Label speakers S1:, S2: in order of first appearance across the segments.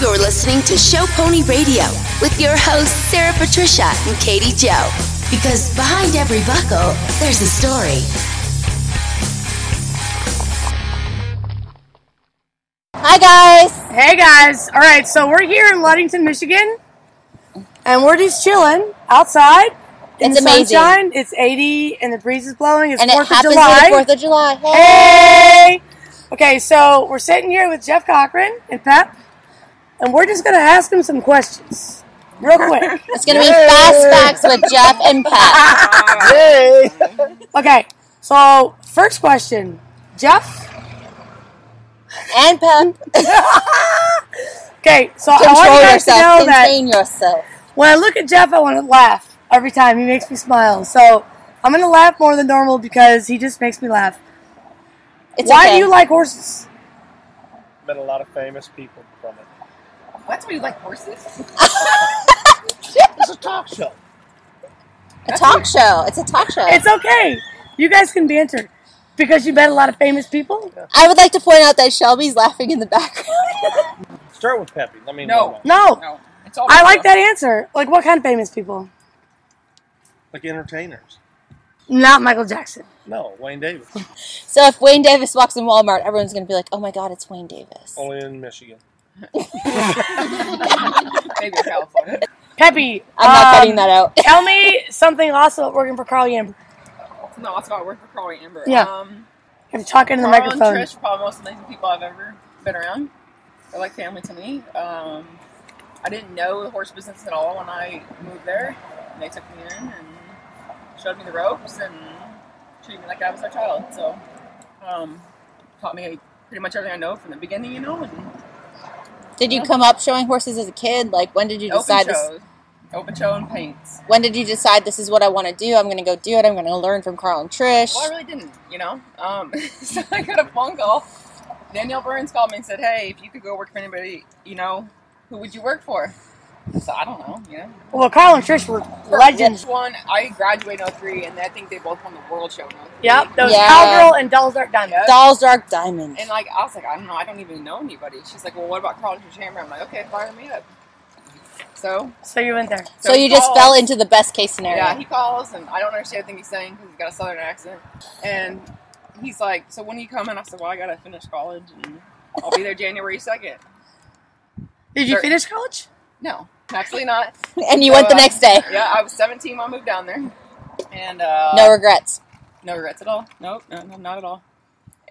S1: You're listening to Show Pony Radio with your hosts, Sarah Patricia and Katie Joe. Because behind every buckle, there's a story.
S2: Hi guys,
S3: Hey guys! All right, so we're here in Ludington, Michigan, and we're just chilling outside in
S2: It's
S3: the
S2: amazing.
S3: sunshine. It's 80 and the breeze is blowing. It's
S2: and it
S3: 4th of
S2: happens
S3: July.
S2: on the Fourth of July. Hey.
S3: Hey! Okay, so we're sitting here with Jeff Cochran and Pep, and we're just gonna ask them some questions, real quick.
S2: It's gonna be fast facts with Jeff and Pat.
S3: okay, so first question, Jeff.
S2: and Pep,
S3: Okay, so I want
S2: control
S3: you guys to know
S2: yourself,
S3: that
S2: contain yourself.
S3: When I look at Jeff, I want to laugh every time. He makes me smile. So I'm going to laugh more than normal because he just makes me laugh.
S2: It's
S3: Why
S2: okay.
S3: do you like horses?
S4: met a lot of famous people from it.
S5: That's why you like horses.
S4: It's a talk show.
S2: a talk show? It's a talk show.
S3: It's okay. You guys can banter because you met a lot of famous people.
S2: I would like to point out that Shelby's laughing in the background.
S4: Start with Peppy. Let me
S5: No.
S4: know.
S3: No,
S5: No, it's all.
S3: I like that answer. Like, what kind of famous people?
S4: Like entertainers.
S3: Not Michael Jackson.
S4: No, Wayne Davis.
S2: So if Wayne Davis walks in Walmart, everyone's gonna be like, "Oh my God, it's Wayne Davis."
S3: Oh.
S4: Only in Michigan.
S5: Maybe in California.
S3: Peppy,
S2: I'm not
S3: um,
S2: cutting that out.
S3: Tell me something awesome about working for Carl Yamber.
S5: No, that's why I work for Carl and Amber.
S3: Yeah.
S5: Um,
S3: I'm talking in the
S5: Carl and
S3: microphone.
S5: Trish are probably the most amazing people I've ever been around. They're like family to me. Um, I didn't know the horse business at all when I moved there, and they took me in and showed me the ropes and treated me like I was their child. So, um, taught me pretty much everything I know from the beginning, you know, and
S2: Did you come up showing horses as a kid? Like, when did you
S5: open
S2: decide this?
S5: shows, open show and paints.
S2: When did you decide this is what I want to do? I'm going to go do it. I'm going to learn from Carl and Trish.
S5: Well, I really didn't, you know. Um, so I got a phone call. Danielle Burns called me and said, "Hey, if you could go work for anybody, you know, who would you work for?" So I don't know, you know.
S3: Well, Carl and Trish were legends.
S5: Which One, I graduated in 03, and I think they both won the world show. in 03.
S3: Yep, that was
S2: Yeah.
S3: Cowgirl and Devil's Dark Diamond.
S5: Yep.
S2: Dolls, Dark Diamonds.
S5: And like, I was like, I don't know, I don't even know anybody. She's like, Well, what about Carl and Hammer? I'm like, Okay, fire me up. So,
S3: So you went there.
S2: So you just
S5: Carl-
S2: fell into the best case scenario.
S5: Yeah, he calls, and I don't understand anything he's saying because he's got a southern accent. And he's like, "So when are you coming?" I said, "Well, I gotta finish college, and I'll be there January 2nd.
S3: Did you
S5: Sure.
S3: finish college?
S5: No, actually not.
S2: and you went the
S5: So, uh,
S2: next day.
S5: Yeah, I was 17 when I moved down there, and uh,
S2: No regrets.
S5: no regrets at all. Nope, no, no, not at all.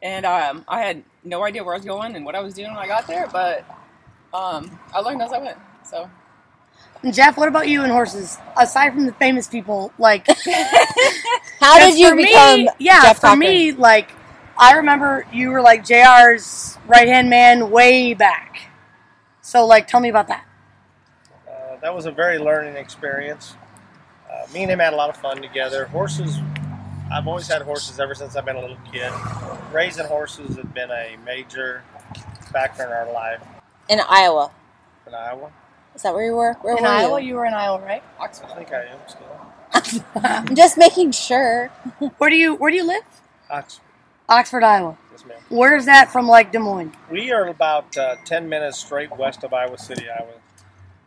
S5: And um, I had no idea where I was going and what I was doing when I got there, but um, I learned as I went. So
S3: And Jeff, what about you and horses? Aside from the famous people, like
S2: How did
S3: 'cause
S2: you
S3: for
S2: become
S3: me, yeah,
S2: Jeff
S3: for
S2: Cochran?
S3: me, like I remember you were like JR's right hand man way back. So like tell me about that.
S4: Uh, that was a very learning experience. Uh, me and him had a lot of fun together. Horses, I've always had horses ever since I've been a little kid. Raising horses had been a major factor in our life
S2: in Iowa.
S4: in Iowa.
S2: Is that where you were? Where
S3: in
S2: were
S3: Iowa,
S2: you?
S3: you were in Iowa, right?
S4: I think I am still.
S2: I'm just making sure.
S3: Where do you where do you live?
S4: Oxford.
S3: Oxford, Iowa.
S4: Yes, ma'am.
S3: Where is that from like Des Moines?
S4: We are about uh, 10 minutes straight west of Iowa City, Iowa,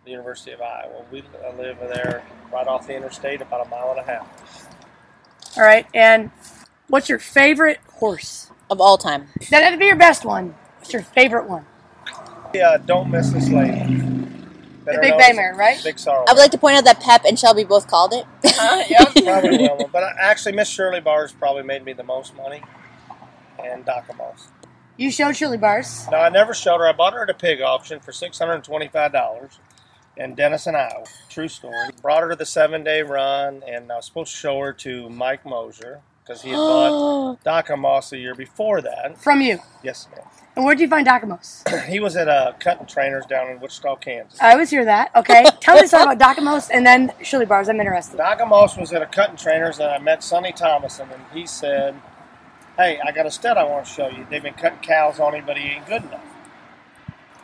S4: the University of Iowa. We uh, live there right off the interstate, about a mile and a half.
S3: All right. And what's your favorite horse?
S2: Of all time.
S3: That had to be your best one. What's your favorite one?
S4: Yeah, don't miss this lady. Better
S3: Big
S4: known as
S3: Bammer, right?
S4: Big Sorrow.
S2: I would like to point out that Pep and Shelby both called it.
S5: uh, yep.
S4: probably will, but I- actually, Miss Shirley Bars probably made me the most money, and Doc Moss.
S3: You showed Chili Bars.
S4: Now, I never showed her. I bought her at a pig auction for $625 in Denison, Iowa. True story. Brought her to the seven day run, and I was supposed to show her to Mike Mosier because he had bought Docamos the year before that.
S3: From you.
S4: Yes, ma'am.
S3: And where'd you find Dacamos?
S4: He was at a cutting trainers down in Wichita, Kansas.
S3: I always hear that. Okay. Tell me something about Dacamos and then Shirley Bars. I'm interested.
S4: Dagamos was at a cutting trainers, and I met Sonny Thomason, and he said, "Hey, I got a stud I want to show you. They've been cutting cows on him, but he ain't good enough."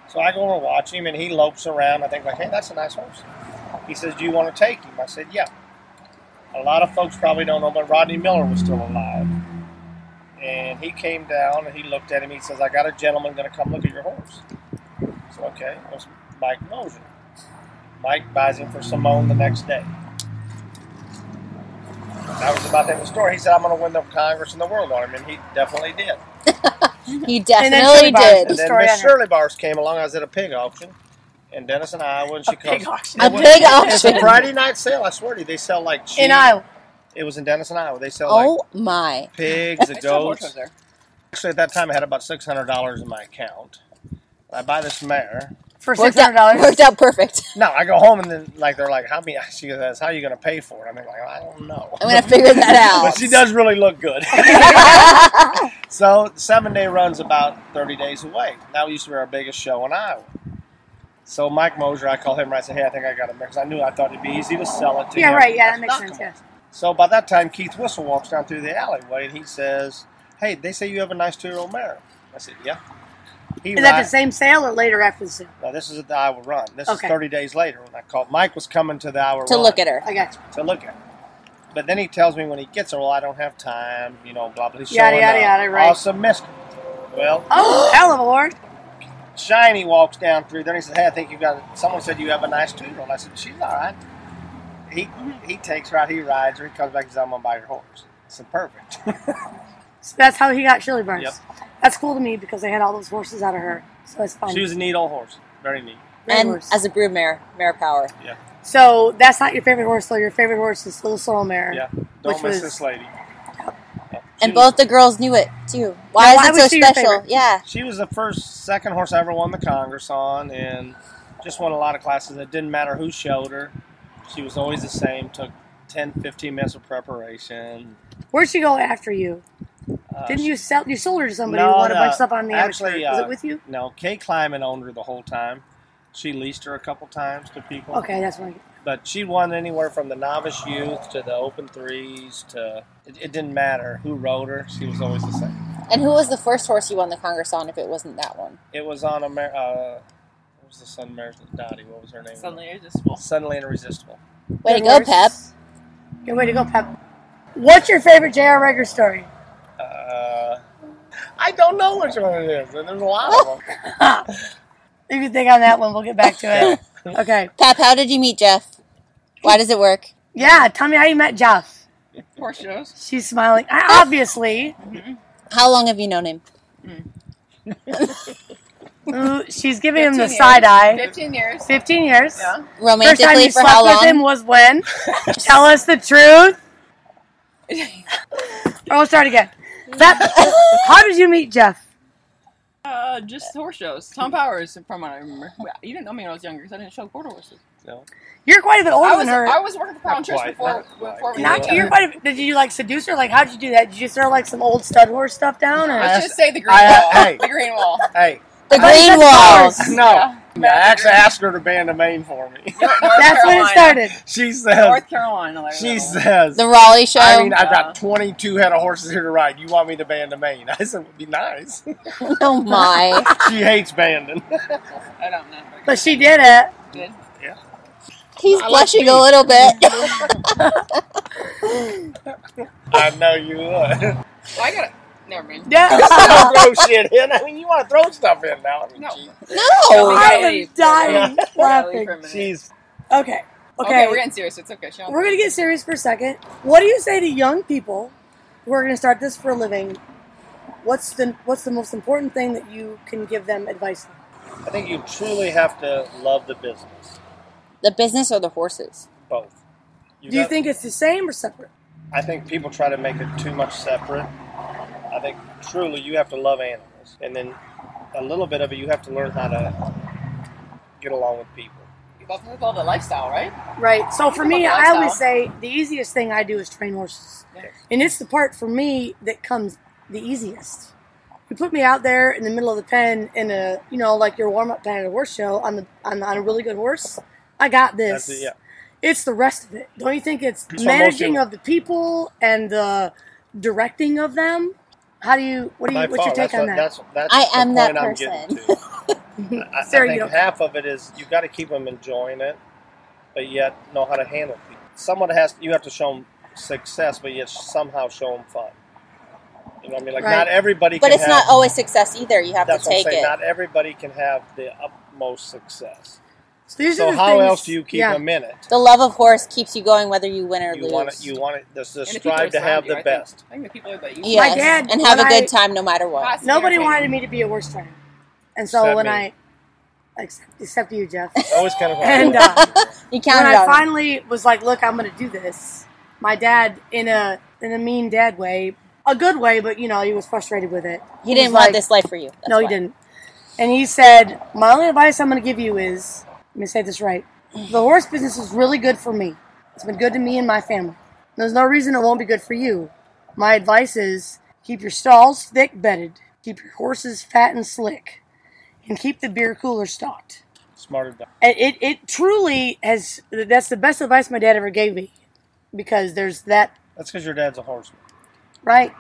S4: So I go over and watch him, and he lopes around. I think like, "Hey, that's a nice horse." He says, "Do you want to take him?" I said, "Yeah." A lot of folks probably don't know, but Rodney Miller was still alive, and he came down and he looked at him. He says, "I got a gentleman going to come look at your horse." So okay, I was Mike Moser. Mike buys him for Simone the next day. I was about to have a story. He said, I'm going to win the Congress and the world on him, and he definitely did.
S2: He
S3: then
S2: definitely
S3: Shirley Barnes.
S2: did.
S4: And then
S3: story I
S4: Miss
S3: heard.
S4: Shirley Bars came along. I was at a pig auction, and Dennis and I, when she comes,
S3: Big auction.
S2: A
S4: It was-
S2: pig
S4: It's a
S2: auction.
S4: Friday night sale. I swear to you, they sell like cheese.
S3: In Iowa.
S4: It was in Dennis and Iowa. They sell like
S2: Oh my.
S4: pigs, the
S5: I still have horse
S4: goats.
S5: shows there.
S4: Actually, at that time, I had about six hundred dollars in my account. I buy this mare.
S3: for
S2: Worked
S3: six hundred
S2: out,
S3: dollars.
S2: worked out perfect.
S4: No, I go home and then like they're like, "How many?" She goes, "How are you going to pay for it?" I'm like, "I don't know."
S2: I'm gonna figure that out.
S4: But she does really look good. so seven day runs about thirty days away. That used to be our biggest show in Iowa. So Mike Moser, I called him. and I said, "Hey, I think I got it because I knew I thought it'd be easy to sell it to
S3: Yeah,
S4: him.
S3: right. Yeah, that makes
S4: Knock
S3: sense.
S4: him
S3: Yeah.
S4: off. So by that time, Keith Whistle walks down through the alleyway and he says, "Hey, they say you have a nice two-year-old mare." I said, "Yeah." He
S3: Is that the
S4: rides-
S3: same sale or later after the sale?
S4: No, this is at the Iowa Run. This
S3: Okay.
S4: is 30 days later when I called. Mike was coming to the Iowa
S2: to
S4: Run
S2: look at her.
S3: I got you.
S4: to look at. But then he tells me when he gets her, well, I don't have time, you know, blah, blah, he's
S3: Yada,
S4: showing
S3: yada,
S4: up.
S3: yada, right.
S4: Awesome mystery. Well,
S3: Oh, hell of a word.
S4: Shiny walks down through there and he says, hey, I think you've got, someone said you have a nice two-year-old. I said, she's all right. He,
S3: Mm-hmm.
S4: he takes her out, he rides her, he comes back and says, I'm going to buy your horse. I said, perfect.
S3: So that's how he got Shirley Barnes.
S4: Yep.
S3: That's cool to me because they had all those horses out of her. So that's fine.
S4: she was a neat old horse. Very neat.
S3: Great
S2: And
S3: horse.
S2: as a broodmare, mare power.
S4: Yeah.
S3: so that's not your favorite horse, though. Your favorite horse is Little Sorrel Mare.
S4: Yeah. Don't
S3: Which
S4: miss
S3: was-
S4: this lady.
S2: And
S4: She was-
S2: both the girls knew it too. Why
S3: why
S2: is
S3: was
S2: it
S3: she
S2: so
S3: your
S2: special?
S3: favorite?
S2: Yeah.
S4: She was the first, second horse I ever won the Congress on, and just won a lot of classes. It didn't matter who showed her. She was always the same. Took 10, 15 minutes of preparation.
S3: Where'd she go after you?
S4: Uh,
S3: Didn't you sell? You sold her to somebody
S4: No,
S3: who wanted to
S4: no.
S3: bunch stuff on the amateur.
S4: Actually,
S3: was
S4: uh,
S3: it with you?
S4: No, Kay Kleiman owned her the whole time. She leased her a couple times to people.
S3: Okay, that's why.
S4: But she won anywhere from the novice youth to the open threes to. It, it didn't matter who rode her. She was always the same.
S2: And who was the first horse you won the Congress on if it wasn't that one?
S4: It was on a. Amer- uh, what was the Sun Mare's Dottie? What was her name?
S5: Suddenly irresistible.
S4: Suddenly Irresistible.
S2: Way
S3: Good
S2: to go,
S3: horse.
S2: Pep.
S3: Good way to go, Pep. What's your favorite J.R. Reger story?
S4: Uh, I don't know which one it is, and there's a lot of them.
S3: If you think on that one, we'll get back to it. Okay.
S2: Pep, how did you meet Jeff? Why does it work?
S3: Yeah, tell me how you met Jeff.
S5: Horse shows.
S3: She's smiling. I, obviously,
S2: How long have you known him?
S3: Ooh, she's giving him the
S5: 15 years.
S3: side eye.
S5: Fifteen years.
S3: 15 years.
S5: Yeah.
S3: First time
S2: Romantically
S3: you
S2: for
S3: slept
S2: how
S3: with him
S2: long?
S3: was when? Tell us the truth. Or we'll start again. That, how did you meet Jeff?
S5: Uh, just horse shows. Tom Powers, from what I remember. You didn't know me when I was younger because I didn't show quarter horses.
S4: No.
S3: You're quite a bit
S5: I
S3: older
S5: was
S3: than her.
S5: I was working for Pound
S4: Not quite,
S5: Trish before
S4: not quite.
S5: before we
S4: Not-
S5: knew each
S3: Not, you're
S5: other.
S3: quite a, did you like seduce her? Like, how did you do that? Did you throw like some old stud horse stuff down? Or?
S5: Let's just say the green
S4: I-
S3: uh,
S5: wall.
S4: hey.
S5: The green wall.
S4: Hey,
S2: The
S3: How did
S2: green
S3: that
S2: walls.
S3: start?
S4: Oh, no.
S5: Yeah.
S4: I actually asked her to ban the main for me.
S3: That's when it started.
S4: she says,
S5: North Carolina. like,
S4: she
S5: little-
S4: says,
S2: The Raleigh show.
S4: I mean, I've
S5: Yeah.
S4: got 22 head of horses here to ride. You want me to ban the main? I said, would be nice.
S2: oh my.
S4: she hates banding.
S5: I don't know.
S3: But she did it.
S5: Good.
S2: He's
S4: I like
S2: blushing
S4: these.
S2: a little bit.
S4: I know you would.
S5: Well, I got to Never mind.
S3: Yeah.
S4: throw shit in. I mean, you want to throw stuff in now. I mean,
S5: No.
S4: geez.
S5: No, we
S2: No.
S5: gotta
S3: I am
S5: leave.
S3: dying
S5: We gotta leave
S3: laughing.
S5: for a minute.
S4: She's
S3: Okay.
S5: Okay,
S3: Okay.
S5: we're getting serious. It's okay. She don't-
S3: We're gonna get serious for a second. What do you say to young people who are gonna start this for a living? What's the What's the most important thing that you can give them advice on?
S4: I think you truly have to love the business,
S2: The business or the horses?
S4: both.
S3: do you
S4: got-
S3: think it's the same or separate?
S4: I think people try to make it too much separate. I think truly you have to love animals, and then a little bit of it you have to learn how to get along with people.
S5: You both love the lifestyle, right?
S3: Right. So for me,
S5: Lifestyle.
S3: I always say the easiest thing I do is train horses,
S5: Yeah.
S3: and it's the part for me that comes the easiest. You put me out there in the middle of the pen in a you know like your warm up pen at a horse show on the on, on a really good horse. I got this.
S4: That's it, yeah.
S3: it's the rest of it. Don't you think it's
S4: So most
S3: managing
S4: people-
S3: of the people and the directing of them? How do you? What do you?
S4: By
S3: What's your
S4: far,
S3: take
S4: that's
S3: on that?
S4: what- That's, that's
S2: I
S4: the
S2: am
S4: point
S2: that
S4: I'm
S2: person.
S4: getting to. I, I
S3: Sarah, you
S4: think
S3: don't-
S4: half of it is you got to keep them enjoying it, but yet know how to handle people. Someone has you have to show them success, but yet somehow show them fun. You know what I mean? Like
S3: Right.
S4: not everybody.
S2: But
S4: can
S2: it's
S4: have,
S2: not always success either. You have to
S4: That's what I'm
S2: take
S4: saying.
S2: it.
S4: Not everybody can have the utmost success.
S3: So these are
S4: So
S3: the
S4: how
S3: things-
S4: else do you keep
S3: yeah.
S4: them in it?
S2: The love of horse keeps you going whether you win or
S4: You
S2: lose.
S4: want it. You want it. This is
S5: And the people
S4: strive to
S5: around
S4: have
S5: you, I
S4: the
S5: think-
S4: best.
S5: I think the people that you
S2: yes,
S3: My dad-
S2: and have a
S3: when
S2: good
S3: I-
S2: time no matter what.
S3: Nobody
S5: entertaining.
S3: wanted me to be a horse trainer, and so
S4: Except
S3: when
S4: me.
S3: I, except, except you, Jeff.
S4: Always kind of.
S3: and uh,
S2: You counted
S3: when I
S2: on it.
S3: finally was like, "Look, I'm going to do this," my dad, in a in a mean dad way, a good way, but you know, he was frustrated with it.
S2: He
S3: was
S2: didn't want
S3: like-
S2: this life for you. That's
S3: no,
S2: why.
S3: he didn't. And he said, "My only advice I'm going to give you is, let me say this right: the horse business is really good for me. It's been good to me and my family. There's no reason it won't be good for you. My advice is keep your stalls thick bedded, keep your horses fat and slick, and keep the beer cooler stocked."
S4: smarter. dog.
S3: And it it truly has. That's the best advice my dad ever gave me, because there's that
S4: That's because your dad's a horseman.
S3: right.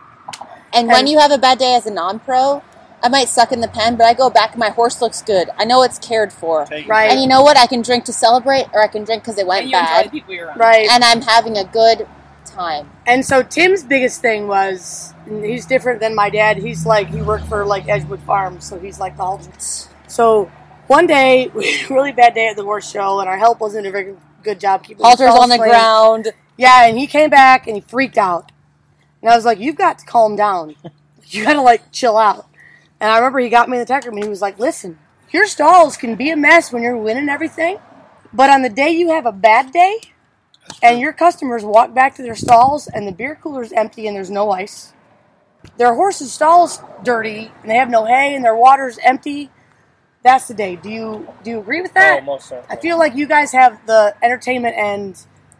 S2: And when
S3: And-
S2: you have a bad day as a non-pro, I might suck in the pen, but I go back. and My horse looks good. I know it's cared for.
S4: Take it.
S3: Right.
S2: And you know what? I can drink to celebrate, or I can drink because it went
S5: And you enjoy the
S2: bad,
S5: people you're around.
S3: Right.
S2: and I'm having a good time.
S3: And so Tim's biggest thing was and he's different than my dad. He's like he worked for like Edgewood Farms, so he's like the whole. So one day we had a really bad day at the horse show, and our help wasn't doing a very good job keeping the
S2: Halters
S3: stalls
S2: on the
S3: clean.
S2: ground.
S3: Yeah, and he came back and he freaked out, and I was like, "You've got to calm down. You got to like chill out." And I remember he got me in the tech room and he was like, "Listen, your stalls can be a mess when you're winning everything, but on the day you have a bad day." and your customers walk back to their stalls and the beer cooler's empty and there's no ice. Their horse's stall's dirty and they have no hay and their water's empty. That's the day. Do you do you agree with that?
S4: Oh, most certainly.
S3: I feel like you guys have the entertainment and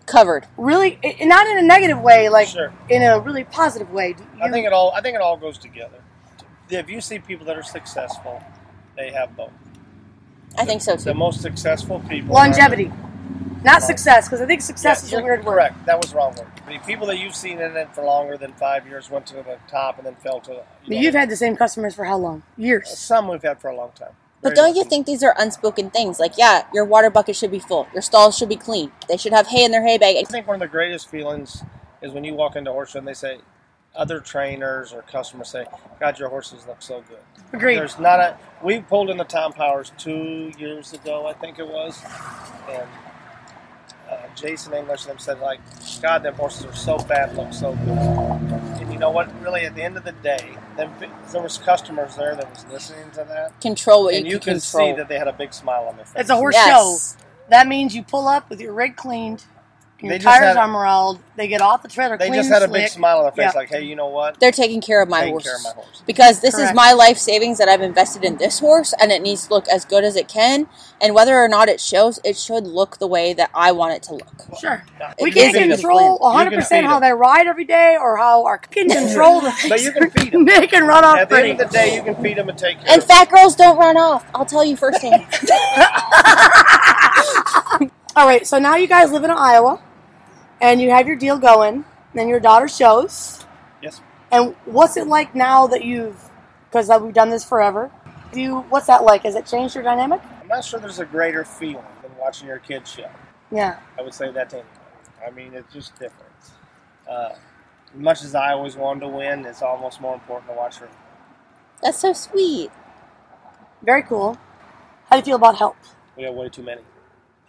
S2: covered.
S3: really i- not in a negative way, like
S4: Sure.
S3: in a really positive way. Do you,
S4: I think it all. I think it all goes together. If you see people that are successful, they have both.
S2: I think so
S4: The
S2: too.
S4: most successful people. are-
S3: longevity, not success, because I think success
S4: Yeah,
S3: is a
S4: you're
S3: weird word.
S4: correct. That was the wrong word. The people that you've seen in it for longer than five years went to the top and then fell to.
S3: But
S4: You know,
S3: You've had the same customers for how long? Years.
S4: some we've had for a long time.
S2: But
S4: Very
S2: don't you
S4: lucky.
S2: think these are unspoken things? Like, yeah, your water bucket should be full. Your stalls should be clean. They should have hay in their hay bag.
S4: I think one of the greatest feelings is when you walk into a horse show and they say, other trainers or customers say, "God, your horses look so good."
S3: Agreed.
S4: There's not a. We pulled in the Tom Powers two years ago, I think it was, and uh, Jason English and them said like, "God, them horses are so fat, look so good." And you know what? Really, at the end of the day, them, there was customers there that was listening to that,
S2: Control what
S4: and
S2: you,
S4: you
S2: can
S4: can
S2: control.
S4: see that they had a big smile on their face.
S3: It's a horse show.
S2: yes.
S3: That means you pull up with your rig cleaned, your
S4: They just
S3: tires
S4: had-
S3: are morelled, they get off the trailer
S4: They
S3: clean
S4: just had a
S3: and
S4: big
S3: slick.
S4: smile on their face,
S3: Yeah.
S4: like, "Hey, you know what?
S2: They're taking care of my
S4: Taking
S2: horse.
S4: care of my horse.
S2: Because this
S3: Correct.
S2: is my life savings that I've invested in this horse, and it needs to look as good as it can. And whether or not it shows, it should look the way that I want it to look.
S3: Sure.
S4: It
S3: We
S2: is
S3: can't
S2: a good
S3: control
S4: plan. You can
S3: 100%
S4: feed
S3: how
S4: 'em.
S3: they ride every day or how our can control the
S4: But you can feed 'em.
S3: They can run off
S4: At the end of
S3: pretty.
S4: the day, you can feed them and take care
S2: And
S4: of 'em.
S2: fat girls don't run off. I'll tell you firsthand.
S3: All right, so now you guys live in Iowa and you have your deal going, then your daughter shows.
S4: Yes.
S3: And what's it like now that you've, because we've done this forever? Do you, what's that like? Has it changed your dynamic?
S4: I'm not sure there's a greater feeling than watching your kids show.
S3: Yeah.
S4: I would say that to anybody. I mean, it's just different. Uh, as much as I always wanted to win, it's almost more important to watch her.
S2: That's so sweet.
S3: Very cool. How do you feel about help?
S4: We have way too many.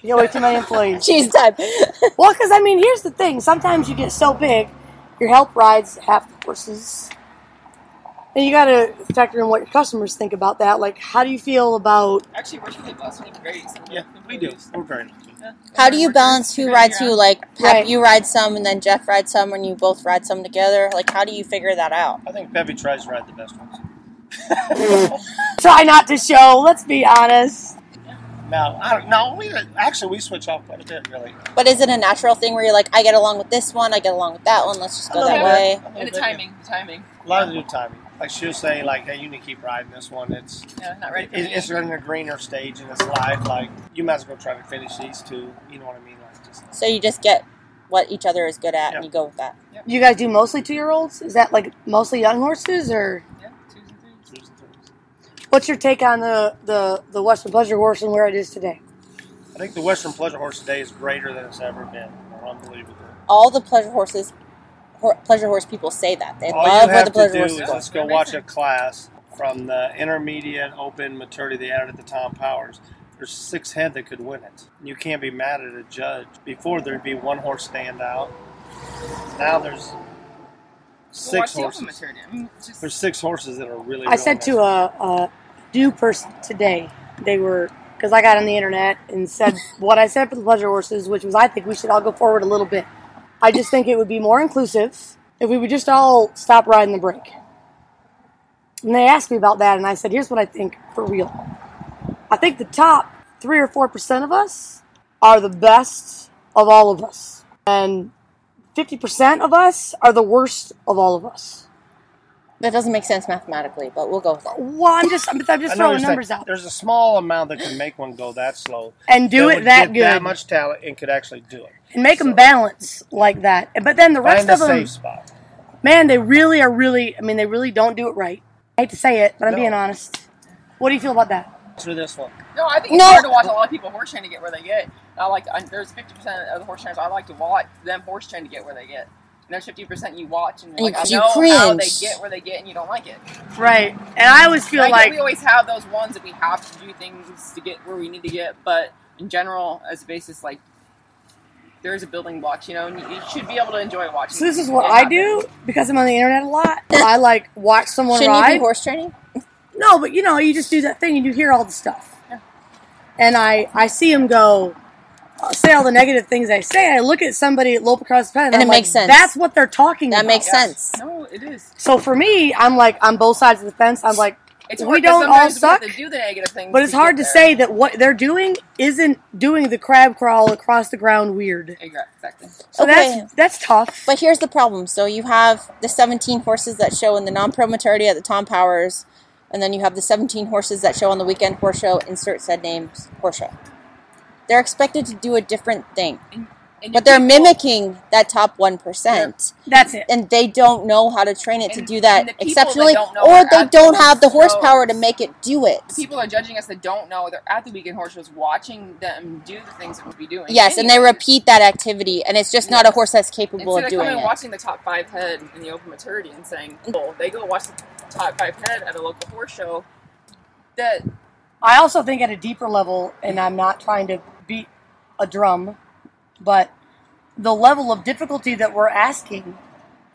S3: You got way too many employees.
S2: Cheese time.
S3: Well, because I mean, here's the thing: sometimes you get so big, your help rides half the horses, and you got to factor in what your customers think about that. Like, how do you feel about?
S5: Actually, Richard did last week. Great. So
S4: We're very lucky.
S5: Yeah.
S2: How do you balance who rides who? Like, have
S3: Right.
S2: you ride some, and then Jeff rides some, and you both ride some together. Like, how do you figure that out?
S4: I think Bevy tries to ride the best ones.
S3: Try not to show. Let's be honest.
S4: Now, I don't, no, we actually we switch off quite a bit, really.
S2: But is it a natural thing where you're like, I get along with this one, I get along with that one. Let's just go
S4: A
S2: that
S4: little
S2: way.
S4: bit. A little
S5: And the
S4: bit.
S5: timing. The timing.
S4: A lot of new timing. Like she'll say, like, "Hey, you need to keep riding this one. It's
S5: Yeah, not ready
S4: it,
S5: for me.
S4: it's in a greener stage in its life. Like you might as well try to finish these two. You know what I mean? Like just
S2: So you just get what each other is good at,
S4: Yeah.
S2: and you go with that.
S3: You guys do mostly two-year-olds? Is that like mostly young horses, or
S5: Yeah, twos and threes.
S4: twos and threes.
S3: what's your take on the the the Western Pleasure horse and where it is today?
S4: I think the Western Pleasure Horse today is greater than it's ever been. Unbelievable.
S2: All the pleasure horses, hor- pleasure horse people say that they
S4: All
S2: love
S4: you
S2: where
S4: have
S2: the pleasure
S4: to do
S2: horses
S4: is
S2: go.
S4: just go watch a class from the intermediate open maturity they added at the Tom Powers. There's six head that could win it. You can't be mad at a judge. Before there'd be one horse standout. Now there's
S5: Well,
S4: six
S5: watch the open
S4: horses.
S5: maturity. I mean, just,
S4: There's six horses that are really.
S3: I said to a, a do person today, they were, because I got on the internet and said what I said for the pleasure horses, which was I think we should all go forward a little bit. I just think it would be more inclusive if we would just all stop riding the brake. And they asked me about that, and I said, here's what I think for real. I think the top three or four percent of us are the best of all of us, and 50% of us are the worst of all of us.
S2: That doesn't make sense mathematically, but we'll go with that.
S3: Well, I'm just I'm, I'm
S4: I
S3: just
S4: know
S3: throwing
S4: you're saying
S3: numbers out
S4: There's a small amount that can make one go that slow.
S3: and do
S4: would
S3: it that
S4: get
S3: good
S4: That much talent and could actually do it.
S3: and make them balance like that. But then the rest
S4: Find a
S3: of them,
S4: safe spot.
S3: man, they really are really. I mean, they really don't do it right. I hate to say it, but I'm
S4: No.
S3: being honest. What do you feel about that?
S4: Through this one.
S5: no, I think it's
S2: No.
S5: hard to watch a lot of people horse train to get where they get. I like I, there's 50 percent of the horse trainers I like to watch them horse train to get where they get. And there's 50 percent you watch and you're
S2: And
S5: like
S2: you- you
S5: I know how they
S2: cringe.
S5: get where they get and you don't like it.
S3: Right, and I always feel
S5: I know
S3: like
S5: we always have those ones that we have to do things to get where we need to get, but in general, as a basis, like there's a building blocks, you know, and you, you should be able to enjoy watching.
S3: so. This is
S5: it
S3: what I
S5: happen.
S3: do because I'm on the internet a lot. I like watch someone
S2: Shouldn't
S3: ride.
S2: you do horse training?
S3: No, but you know, you just do that thing and you hear all the stuff. And I, I see him go, uh, say all the negative things they say. I look at somebody at Lope across the pen, and,
S2: And
S3: I'm
S2: it makes
S3: like,
S2: sense.
S3: That's what they're talking
S2: That
S3: about.
S2: makes
S5: Yes.
S2: sense.
S5: No, it is.
S3: So for me, I'm like on both sides of the fence. I'm like,
S5: It's
S3: we
S5: hard 'cause
S3: don't all
S5: sometimes we have
S3: suck,
S5: to do the negative things,
S3: but it's
S5: get
S3: hard to
S5: there.
S3: say that what they're doing isn't doing the crab crawl across the ground weird.
S5: Exactly.
S3: So
S2: Okay.
S3: that's that's tough.
S2: But here's the problem. So you have the 17 horses that show in the non-pro maturity at the Tom Powers, and then you have the 17 horses that show on the weekend horse show. Insert said names horse show. They're expected to do a different thing,
S5: And
S2: but
S5: you
S2: they're
S5: people-
S2: mimicking that top one percent,
S3: that's it.
S2: and they don't know how to train it to
S5: And-
S2: do
S5: and
S2: that
S5: the people that
S2: exceptionally,
S5: don't know
S2: or
S5: are
S2: they don't have the
S5: absolute
S2: horsepower to
S5: pros.
S2: make it do it.
S5: The people that are judging us that don't know. They're at the weekend horse shows watching them do the things that we be doing.
S2: Yes, and they
S5: anyways.
S2: repeat that activity, and it's just not a horse that's capable
S5: Instead
S2: of
S5: of coming
S2: doing
S5: and
S2: it.
S5: watching the top five head in the open maturity and saying, oh, they go watch the top five head at a local horse show that
S3: I also think at a deeper level, and I'm not trying to beat a drum, but the level of difficulty that we're asking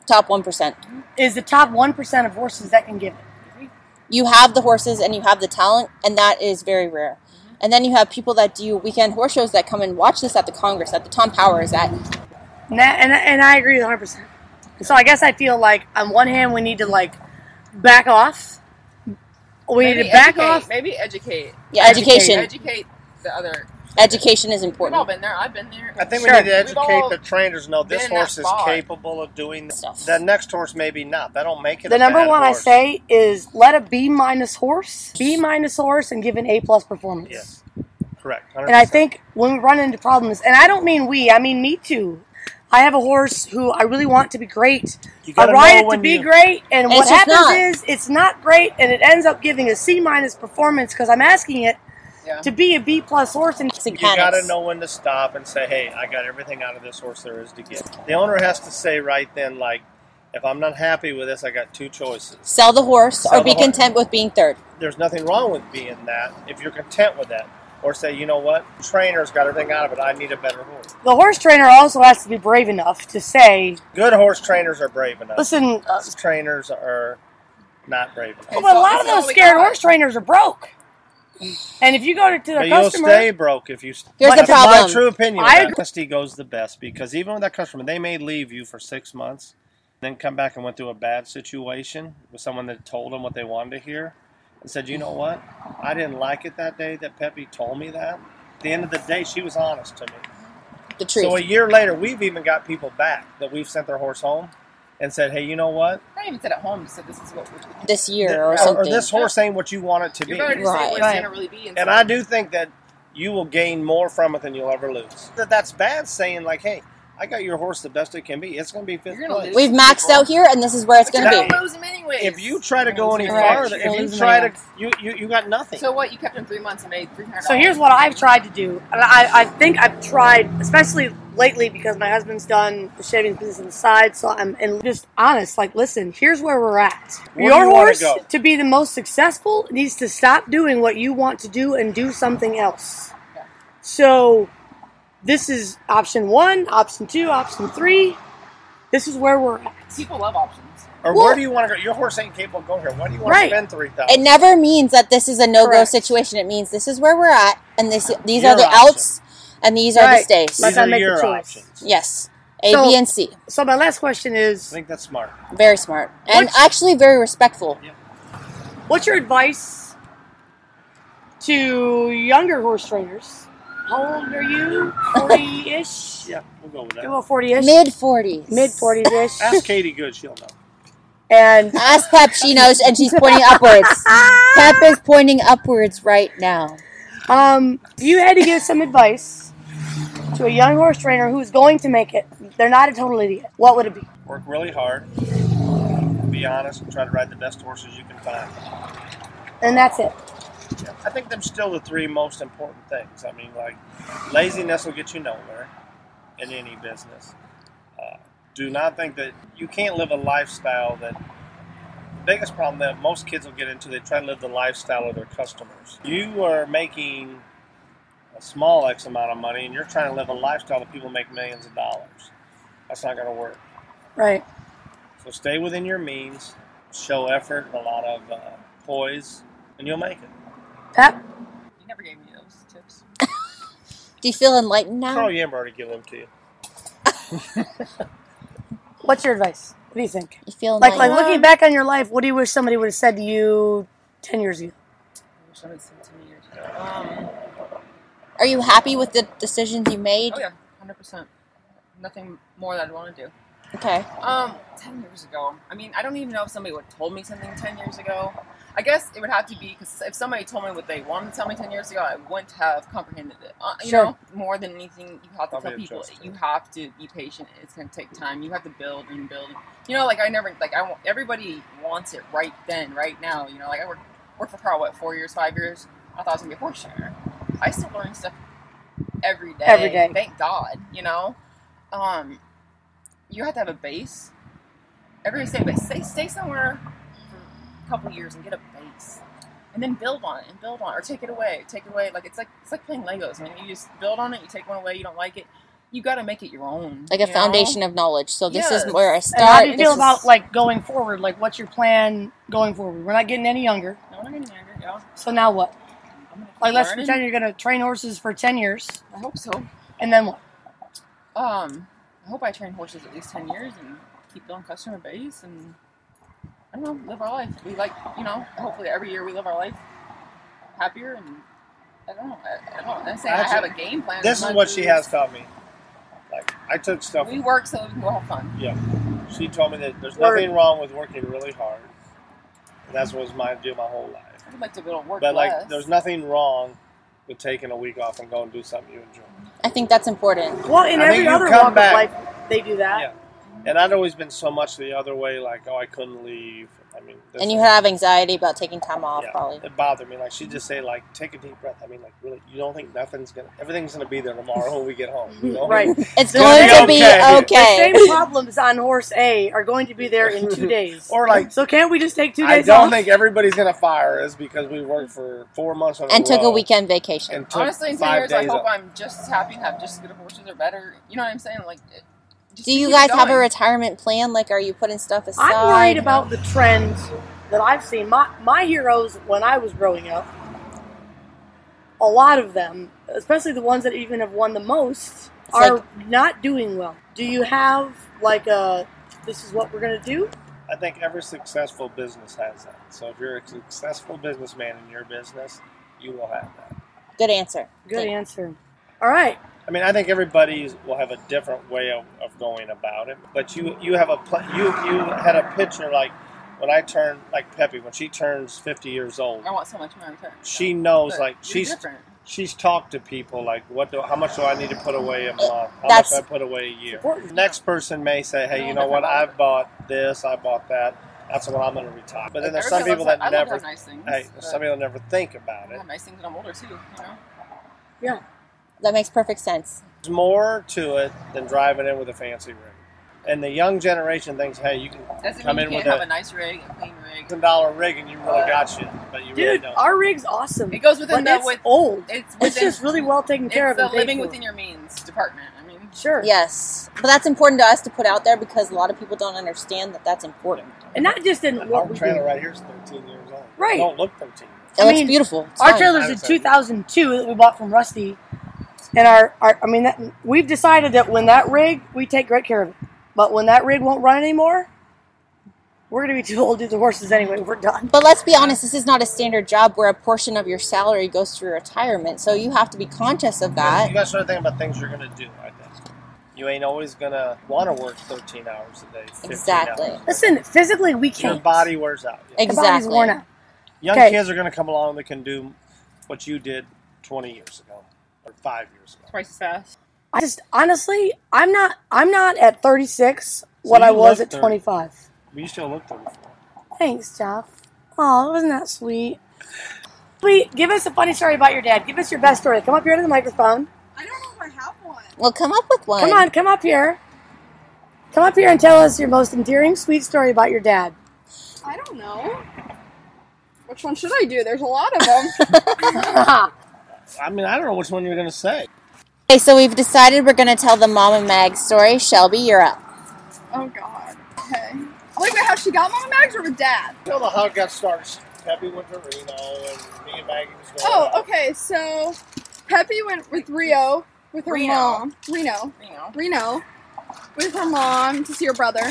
S2: Top one percent.
S3: is the top 1% of horses that can give it.
S2: you have the horses and you have the talent, and that is very rare. And then you have people that do weekend horse shows that come and watch this at the Congress, at the Tom Powers, at
S3: And, that, and, and I agree with 100%. And so I guess I feel like on one hand, we need to like back off. We need
S5: maybe
S3: to back
S5: educate,
S3: off.
S5: maybe educate,
S2: yeah, education. Education,
S5: educate the other.
S2: is
S5: We've all
S2: important.
S5: been there. I've been there.
S4: I think
S3: Sure.
S4: we need to
S5: We've all
S4: educate the trainers. No, this
S5: been that
S4: horse is
S5: far.
S4: capable of doing this.
S2: Stuff.
S4: The next horse, maybe not. That don't make it.
S3: The
S4: a
S3: number
S4: bad
S3: one I
S4: horse.
S3: say is let a B minus horse, B minus horse, and give an A plus performance.
S4: Yes, correct.
S3: And I think when we run into problems, and I don't mean we, I mean me too. I have a horse who I really want to be great.
S4: You
S3: I
S4: gotta know
S3: ride it to
S4: when
S3: be
S4: you-
S3: great, and,
S2: It's
S3: what
S2: just
S3: happens
S2: not.
S3: is it's not great, and it ends up giving a C minus performance because I'm asking it
S5: Yeah.
S3: to be a B plus horse. And
S2: It's a
S4: you got to
S2: mechanics.
S4: know when to stop and say, "Hey, I got everything out of this horse there is to get." The owner has to say right then, like, "If I'm not happy with this, I got two choices.
S2: Sell the horse
S4: Sell
S2: or
S4: the
S2: be
S4: horse.
S2: content with being third.
S4: There's nothing wrong with being that if you're content with that." Or say, "You know what? Trainer's got everything out of it. I need a better horse."
S3: the horse trainer also has to be brave enough to say,
S4: Good horse trainers are brave enough.
S3: "Listen, uh,
S4: Horse trainers are not brave enough.
S3: but a lot of those
S5: we
S3: scared
S5: got.
S3: horse trainers are broke, and if you go to, to the
S4: But you'll
S3: customer,
S4: stay broke if you. St-
S2: Here's the
S4: That's
S2: problem.
S4: My true opinion.
S3: I
S4: that
S3: agree.
S4: Honesty goes the best because even with that customer, they may leave you for six months, then come back and went through a bad situation with someone that told them what they wanted to hear, and said, "You know what? I didn't like it that day that Peppy told me that." At the end of the day, she was honest to me.
S2: The truth.
S4: So a year later, we've even got people back that we've sent their horse home and said, "Hey, you know what?
S5: I even said at home. Just said this is what we're doing.
S2: this year
S4: Th-
S2: or something.
S4: this horse ain't what you want it to
S5: You're
S4: be."
S5: better to say what it's
S3: Right.
S5: gonna really be.
S4: And I do think that you will gain more from it than you'll ever lose. That that's bad saying like, hey, I got your horse the best it can be. It's going to be fifth
S5: You're gonna
S4: place.
S5: lose.
S2: We've maxed out here, and this is where it's
S5: But
S2: going to
S5: you're
S2: be.
S5: gonna lose them anyways.
S4: If you try to
S5: You're
S4: go
S5: gonna
S4: any
S5: lose them
S3: Correct.
S5: anyways.
S4: farther,
S3: You're
S4: if you
S3: losing
S4: try
S3: money.
S4: to, you, you you got nothing.
S5: So what? You kept him three months and made three hundred.
S3: So here's what I've tried to do. and I, I think I've tried, especially lately because my husband's done the shaving business on the side, so I'm and just honest. Like, listen, here's where we're at.
S4: Where do
S3: Your
S4: you wanna
S3: horse
S4: go?
S3: to be the most successful needs to stop doing what you want to do and do something else.
S5: Yeah.
S3: So, this is option one, option two, option three. This is where we're at.
S5: People love options.
S4: Or
S3: Well-
S4: where do you want to go? Your horse ain't capable of going here. Why do you want
S3: Right.
S4: to spend three
S2: It
S4: thousand?
S2: never means that this is a no go
S3: Correct.
S2: situation. It means this is where we're at, and this these are
S4: Your
S2: the
S4: option.
S2: outs, and these are the
S3: Right.
S2: stays.
S3: Let
S4: These
S3: them
S4: are
S3: make the
S4: your
S3: choice.
S4: options.
S2: Yes, A,
S3: So-
S2: B, and C.
S3: So, my last question
S4: I
S3: is:
S4: think that's smart.
S2: Very smart, and
S3: Which-
S2: actually very respectful.
S3: What's your advice to younger horse trainers? How old are you? Forty-ish.
S4: Yeah, we'll go with that.
S3: About forty-ish.
S2: Mid forties,
S3: mid 40s ish.
S4: Ask Katie Good. She'll know.
S3: and
S2: Ask Pep, she knows, and she's pointing upwards. Pep is pointing upwards right now.
S3: um, you had to give some advice to a young horse trainer who's going to make it. They're not a total idiot. What would it be?
S4: Work really hard. Be honest and try to ride the best horses you can find.
S3: And that's it.
S4: Yeah. I think them's still the three most important things. I mean, like laziness will get you nowhere in any business. Uh, do not think that you can't live a lifestyle that. The biggest problem that most kids will get into, they try to live the lifestyle of their customers. You are making a small X amount of money, and you're trying to live a lifestyle that people make millions of dollars. That's not going to work.
S3: Right.
S4: So stay within your means, show effort, a lot of uh, poise, and you'll make it.
S3: Pep?
S5: You never gave me those tips.
S2: Do you feel enlightened now?
S4: Charlie Amber already gave them to you.
S3: What's your advice? What do you think?
S2: You feel
S3: Like, like
S2: enlightened?
S3: looking back on your life, what do you wish somebody would have said to you 10 years ago?
S5: I wish I would send it to me. Or um,
S2: Are you happy with the decisions you made?
S5: oh yeah, hundred percent. Nothing more that I'd want to do.
S2: Okay.
S5: Um, ten years ago. I mean, I don't even know if somebody would have told me something ten years ago. I guess it would have to be because if somebody told me what they wanted to tell me ten years ago, I wouldn't have comprehended it. Uh, you
S3: Sure.
S5: know, more than anything, you have to
S4: Probably
S5: tell people
S4: adjust it.
S5: you have to be patient. It's going to take time. You have to build and build. You know, like I never like I want everybody wants it right then, right now. You know, like I work worked for Carl what four years, five years. I thought I was gonna be a horse trainer. I still learn stuff every day.
S3: Every day.
S5: Thank God. You know, um, you have to have a base. Every day, but stay stay somewhere for a couple years and get a base, and then build on it and build on it, or take it away, take it away. Like it's like it's like playing Legos. I mean, you just build on it. You take one away. You don't like it. You got to make it your own.
S2: Like a
S5: you know?
S2: foundation of knowledge. So this is
S5: Yes.
S2: where I
S3: And how do
S2: start.
S3: you
S2: This
S3: feel
S2: is-
S3: about like going forward? Like, what's your plan going forward? We're not getting any younger.
S5: No, I'm not getting younger, yeah.
S3: So now what?
S5: I'm gonna keep
S3: Like, let's
S5: learning.
S3: pretend you're going to train horses for 10 years,
S5: I hope so.
S3: and then what?
S5: Um, I hope I train horses at least ten years and keep building customer base and I don't know, live our life. We like, you know, hopefully every year we live our life happier and I don't know. I, I don't. I'm saying I have a game plan.
S4: This
S5: I'm
S4: is
S5: not
S4: what she
S5: doing
S4: has
S5: this.
S4: taught me. Like I took stuff.
S5: We work so we can go have fun.
S4: Yeah, she told me that there's
S3: Work.
S4: nothing wrong with working really hard. And that's what was my do my whole life.
S5: I would like to be able to work
S4: But
S5: less.
S4: like, there's nothing wrong with taking a week off and going and do something you enjoy.
S2: I think that's important.
S3: Well, in
S4: I
S3: every
S4: think you
S3: other
S4: come
S3: walk
S4: back.
S3: of life, they do that.
S4: Yeah. And I'd always been so much the other way, like, oh, I couldn't leave. I mean, this
S2: And you
S4: is-
S2: have anxiety about taking time off,
S4: Yeah,
S2: probably.
S4: It bothered me. Like she just say, like, take a deep breath. I mean, like, really, you don't think nothing's gonna, everything's gonna be there tomorrow when we get home, you know?
S3: Right.
S2: It's
S4: It'll
S2: going
S4: be
S2: to be
S4: okay.
S2: okay.
S3: The same problems on horse A are going to be there in two days.
S4: Or like,
S3: so can't we just take two
S4: I
S3: days
S4: don't
S3: off?
S4: think everybody's gonna fire us because we worked for four months on
S2: And
S4: a
S2: took a
S4: row
S2: weekend vacation.
S4: And took
S5: Honestly, in ten
S4: five
S5: years, I
S4: days
S5: hope
S4: off.
S5: I'm just as happy and have just as good of horses or better. You know what I'm saying? Like, it- just
S2: Do you
S5: keep
S2: guys have a
S5: going.
S2: retirement plan? Like, are you putting stuff aside?
S3: I'm worried about the trend that I've seen. My my heroes when I was growing up, a lot of them, especially the ones that even have won the most,
S2: It's
S3: are
S2: like-
S3: not doing well. Do you have like a this is what we're gonna do?
S4: I think every successful business has that. So if you're a successful businessman in your business, you will have that.
S2: Good answer.
S3: Good
S2: Thank-
S3: answer. All right.
S4: I mean, I think everybody is- will have a different way of, of going about it. But you you have a pl- you you had a picture like when I turned like Peppy when she turns fifty years old,
S5: I want so much more return.
S4: she
S5: But
S4: knows like
S5: you're
S4: she's
S5: different.
S4: she's talked to people like what do, how much do I need to put away a month? How much
S2: That's-
S4: do I put away a year?
S3: Important.
S4: Next person may say, hey, you know what? I bought this, I bought that. That's what I'm going to retire. But then
S5: Like,
S4: there's some
S5: everybody
S4: people
S5: loves-
S4: that
S5: I love to
S4: never
S5: have nice things.
S4: Hey,
S5: but
S4: some people never think about
S5: I
S4: it.
S5: have nice things when I'm older too. You know.
S3: Yeah.
S2: That makes perfect sense.
S4: There's more to it than driving in with a fancy rig. And the young generation thinks, hey, you can
S5: Doesn't
S4: come
S5: mean
S4: in
S5: you
S4: with
S5: can't have a
S4: a
S5: nice rig, a clean rig.
S4: thousand dollar rig and you really got shit, but you really
S3: Dude,
S4: don't.
S3: our rig's awesome.
S5: It goes
S3: But
S5: within the
S3: it's
S5: with
S3: old.
S5: it's
S3: It's
S5: within
S3: just really well taken care
S5: it's
S3: of.
S5: the
S3: and paid
S5: living
S3: for.
S5: within your means department. I mean,
S3: Sure.
S2: Yes. But that's important to us to put out there because a lot of people don't understand that that's important.
S3: And not just in what
S4: Our
S3: we
S4: trailer
S3: do.
S4: right here is 13 years old.
S3: Right.
S4: Don't look 13.
S2: It
S3: I
S2: looks
S3: mean,
S2: beautiful. It's
S3: Our
S2: fine.
S3: trailer's in 2002 that we bought from Rusty. And our, our I mean, that, we've decided that when that rig, we take great care of it. But when that rig won't run anymore, we're going to be too old to do the horses anyway. We're done.
S2: But let's be honest, this is not a standard job where a portion of your salary goes to your retirement. So you have to be conscious of
S4: You
S2: that.
S4: got to start thinking about things you're going to do, I think. You ain't always going to want to work 13 hours a day. 15
S2: Exactly.
S4: hours a day.
S3: Listen, physically, we
S4: Your
S3: can't.
S4: body wears out. Yeah.
S3: The body's
S2: Exactly.
S3: worn out.
S4: Young
S3: Okay.
S4: kids are going to come along that can do what you did 20 years ago or five years ago.
S5: twice as fast.
S3: I just, honestly, I'm not, I'm not at 36
S4: So
S3: what I
S4: you
S3: was
S4: look
S3: at
S4: 30.
S3: 25.
S4: But you still look 34.
S3: Thanks, Jeff. Oh, wasn't that sweet? Please give us a funny story about your dad. Give us your best story. Come up here to the microphone.
S6: I don't know if I have one.
S2: Well, come up with one.
S3: Come on, come up here. Come up here and tell us your most endearing, sweet story about your dad.
S6: I don't know. Which one should I do? There's a lot of them.
S4: I mean, I don't know which one you're going to say.
S2: Okay, so we've decided we're going to tell the Mom and Mag story. Shelby, you're up.
S6: oh God. Okay. Wait, wait. How she got Mama Mags or with Dad?
S4: Tell the how it got started. Peppy went to Reno, and me and Maggie was going.
S6: Oh,
S4: out.
S6: okay. So Peppy went with Rio with her
S5: Reno.
S6: mom. Reno.
S5: You know,
S6: Reno with her mom to see her brother,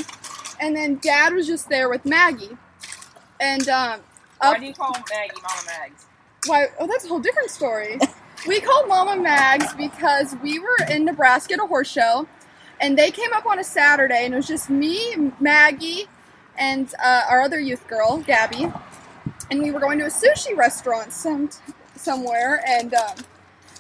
S6: and then Dad was just there with Maggie. And um,
S5: why
S6: up-
S5: do you call them Maggie, Mama Mags?
S6: Why? Oh, that's a whole different story. we called Mama Mags because we were in Nebraska at a horse show, and they came up on a Saturday, and it was just me, Maggie, and uh, our other youth girl, Gabby, and we were going to a sushi restaurant some somewhere, and um,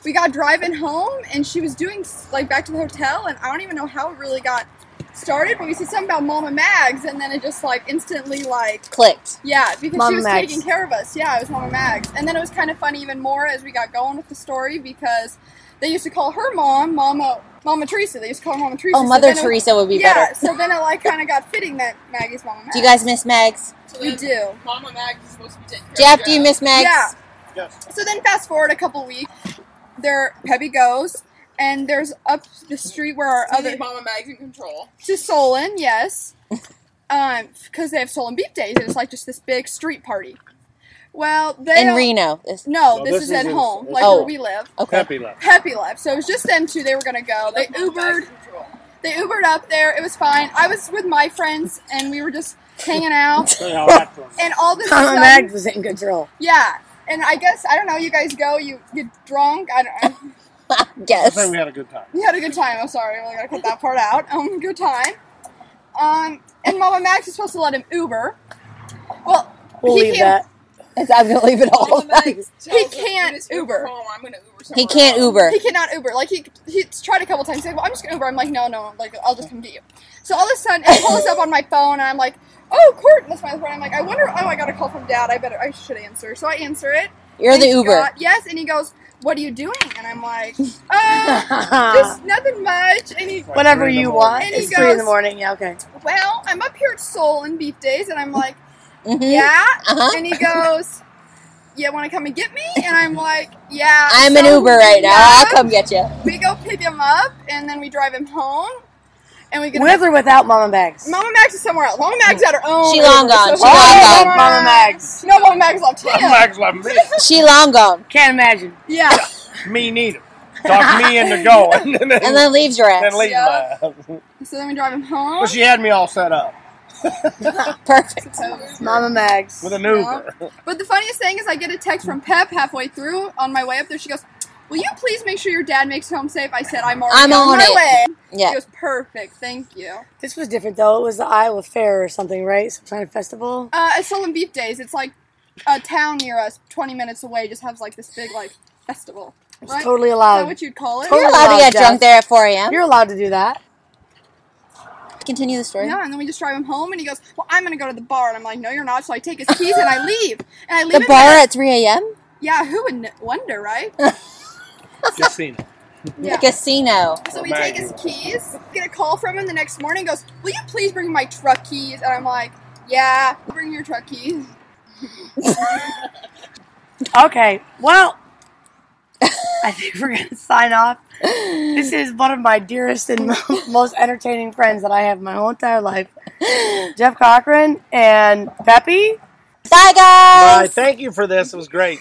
S6: we got driving home, and she was doing s- like back to the hotel, and I don't even know how it really got started, but we said something about Mama Mags, and then it just like instantly like
S2: Clicked.
S6: yeah, because
S3: Mama
S6: she was
S3: Mags.
S6: taking care of us. Yeah, it was Mama Mags. And then it was kind of funny even more as we got going with the story because they used to call her mom Mama Mama Teresa. They used to call her Mama Teresa.
S2: Oh,
S6: So
S2: Mother
S6: then it-
S2: Teresa would be
S6: yeah,
S2: better.
S6: so then it like kind of got fitting that Maggie's Mama Mags.
S2: Do you guys miss Mags?
S5: So
S6: We
S5: then
S6: do.
S5: Mama Mags is supposed to be taking care
S2: Jeff,
S5: of
S2: do you miss Mags?
S6: Yeah.
S4: Yes.
S6: So then fast forward a couple weeks, there Peppy goes and there's up the street where our
S5: Other
S6: other
S5: Mama Mags in control.
S6: to Solon, yes. Um, because they have Solon Beef Days and it's like just this big street party. Well, they
S2: In
S6: all-
S2: Reno. This-
S6: No,
S4: No,
S6: this,
S4: this
S6: is,
S4: is
S6: at
S4: in-
S6: home,
S4: it's-
S6: like
S2: Oh.
S6: where we live.
S2: Okay.
S4: Peppy left.
S6: Peppy left, so it was just them two. They were gonna go. They
S5: Mama Mags
S6: Ubered.
S5: in control.
S6: They Ubered up there. It was fine. I was with my friends, and we were just hanging out.
S4: Tell you how that goes.
S6: And all this
S3: Mama
S6: sudden,
S3: Mags was in control.
S6: yeah. And I guess I don't know. You guys go. You get drunk. I don't. know.
S4: I
S2: Yes.
S4: think we had a good time.
S6: We had a good time. I'm sorry. I gotta cut that part out. Um, good time. Um, and Mama Max is supposed to let him Uber. Well,
S3: We'll
S6: he
S3: leave
S6: can't.
S3: that. I'm going to leave it all.
S5: Mama Mags tells us,
S6: can't
S5: "When it's your
S6: Uber.
S5: home, I'm gonna Uber
S2: He
S5: somewhere
S2: can't
S5: else."
S2: Uber.
S6: He cannot Uber. Like he he's tried a couple times. He's like, well, I'm just gonna Uber. I'm like, no, no. Like I'll just come get you. So all of a sudden, it pulls up on my phone, and I'm like, oh, Court. That's my other friend. I'm like, I wonder. Oh, I got a call from Dad. I better. I should answer. So I answer it.
S2: You're the
S6: Thank
S2: Uber.
S6: God. yes. And he goes, what are you doing? And I'm like, uh, just nothing much. And he,
S3: Whatever
S4: Three in the
S3: you
S4: morning.
S3: want.
S6: And he
S3: It's three in the
S6: goes-
S3: morning. Yeah, okay.
S6: well, I'm up here at Soul and Beef Days, and I'm like,
S2: Mm-hmm.
S6: yeah.
S2: Uh-huh.
S6: And he goes. You want to come and get me? And I'm like, yeah.
S2: I'm an
S6: So
S2: Uber right now.
S6: yeah.
S2: I'll come get you.
S6: We go pick him up, and then we drive him home, and we get
S3: With or without Mama Mags?
S6: Mama Max is somewhere else. Mama Max had her own.
S2: She long gone. She
S3: Oh,
S2: long
S3: I
S2: gone.
S3: love Mama Mags.
S6: No, Mama Max left him.
S4: Mama Mags left me.
S2: She long gone.
S3: Can't imagine.
S6: Yeah.
S4: Me neither. Talk me into going, and then,
S2: And then leaves your ass.
S4: then leave
S6: Yeah.
S4: my ass.
S6: So then we drive him home.
S4: But she had me all set up
S2: Perfect.
S6: So-
S3: Mama Mags.
S4: with an Uber.
S6: But the funniest thing is, I get a text from Pep halfway through on my way up there. She goes, "Will you please make sure your dad makes it home safe?" I said, "I'm already
S2: I'm
S6: on,
S2: on
S6: my
S2: it."
S6: way."
S2: Yeah.
S6: She goes, "Perfect, thank you."
S3: This was different, though. It was the Iowa Fair or something, right? Some kind of festival.
S6: Uh, at Sullen Beef Days, it's like a town near us, 20 minutes away, just has like this big like festival.
S3: It's
S6: Right?
S3: totally
S6: Is that
S3: allowed.
S6: what you'd call it?
S2: You're allowed to get drunk there at 4 a.m.
S3: You're allowed to do that.
S2: Continue the story.
S6: Yeah, and then we just drive him home, and he goes, "Well, I'm gonna go to the bar," and I'm like, "No, you're not." So I take his keys and I leave, and I leave
S2: The
S6: him
S2: bar
S6: there.
S2: at 3 a.m.
S6: Yeah, who would n- wonder, right?
S4: Just seen it.
S6: Yeah.
S2: The casino.
S6: So we take his keys, get a call from him the next morning, goes, Will you please bring my truck keys? And I'm like, Yeah, bring your truck keys.
S3: Okay, well, I think we're going to sign off. This is one of my dearest and mo- most entertaining friends that I have my whole entire life Jeff Cochran and Peppy.
S2: Bye, guys.
S4: Bye. Thank you for this. It was great.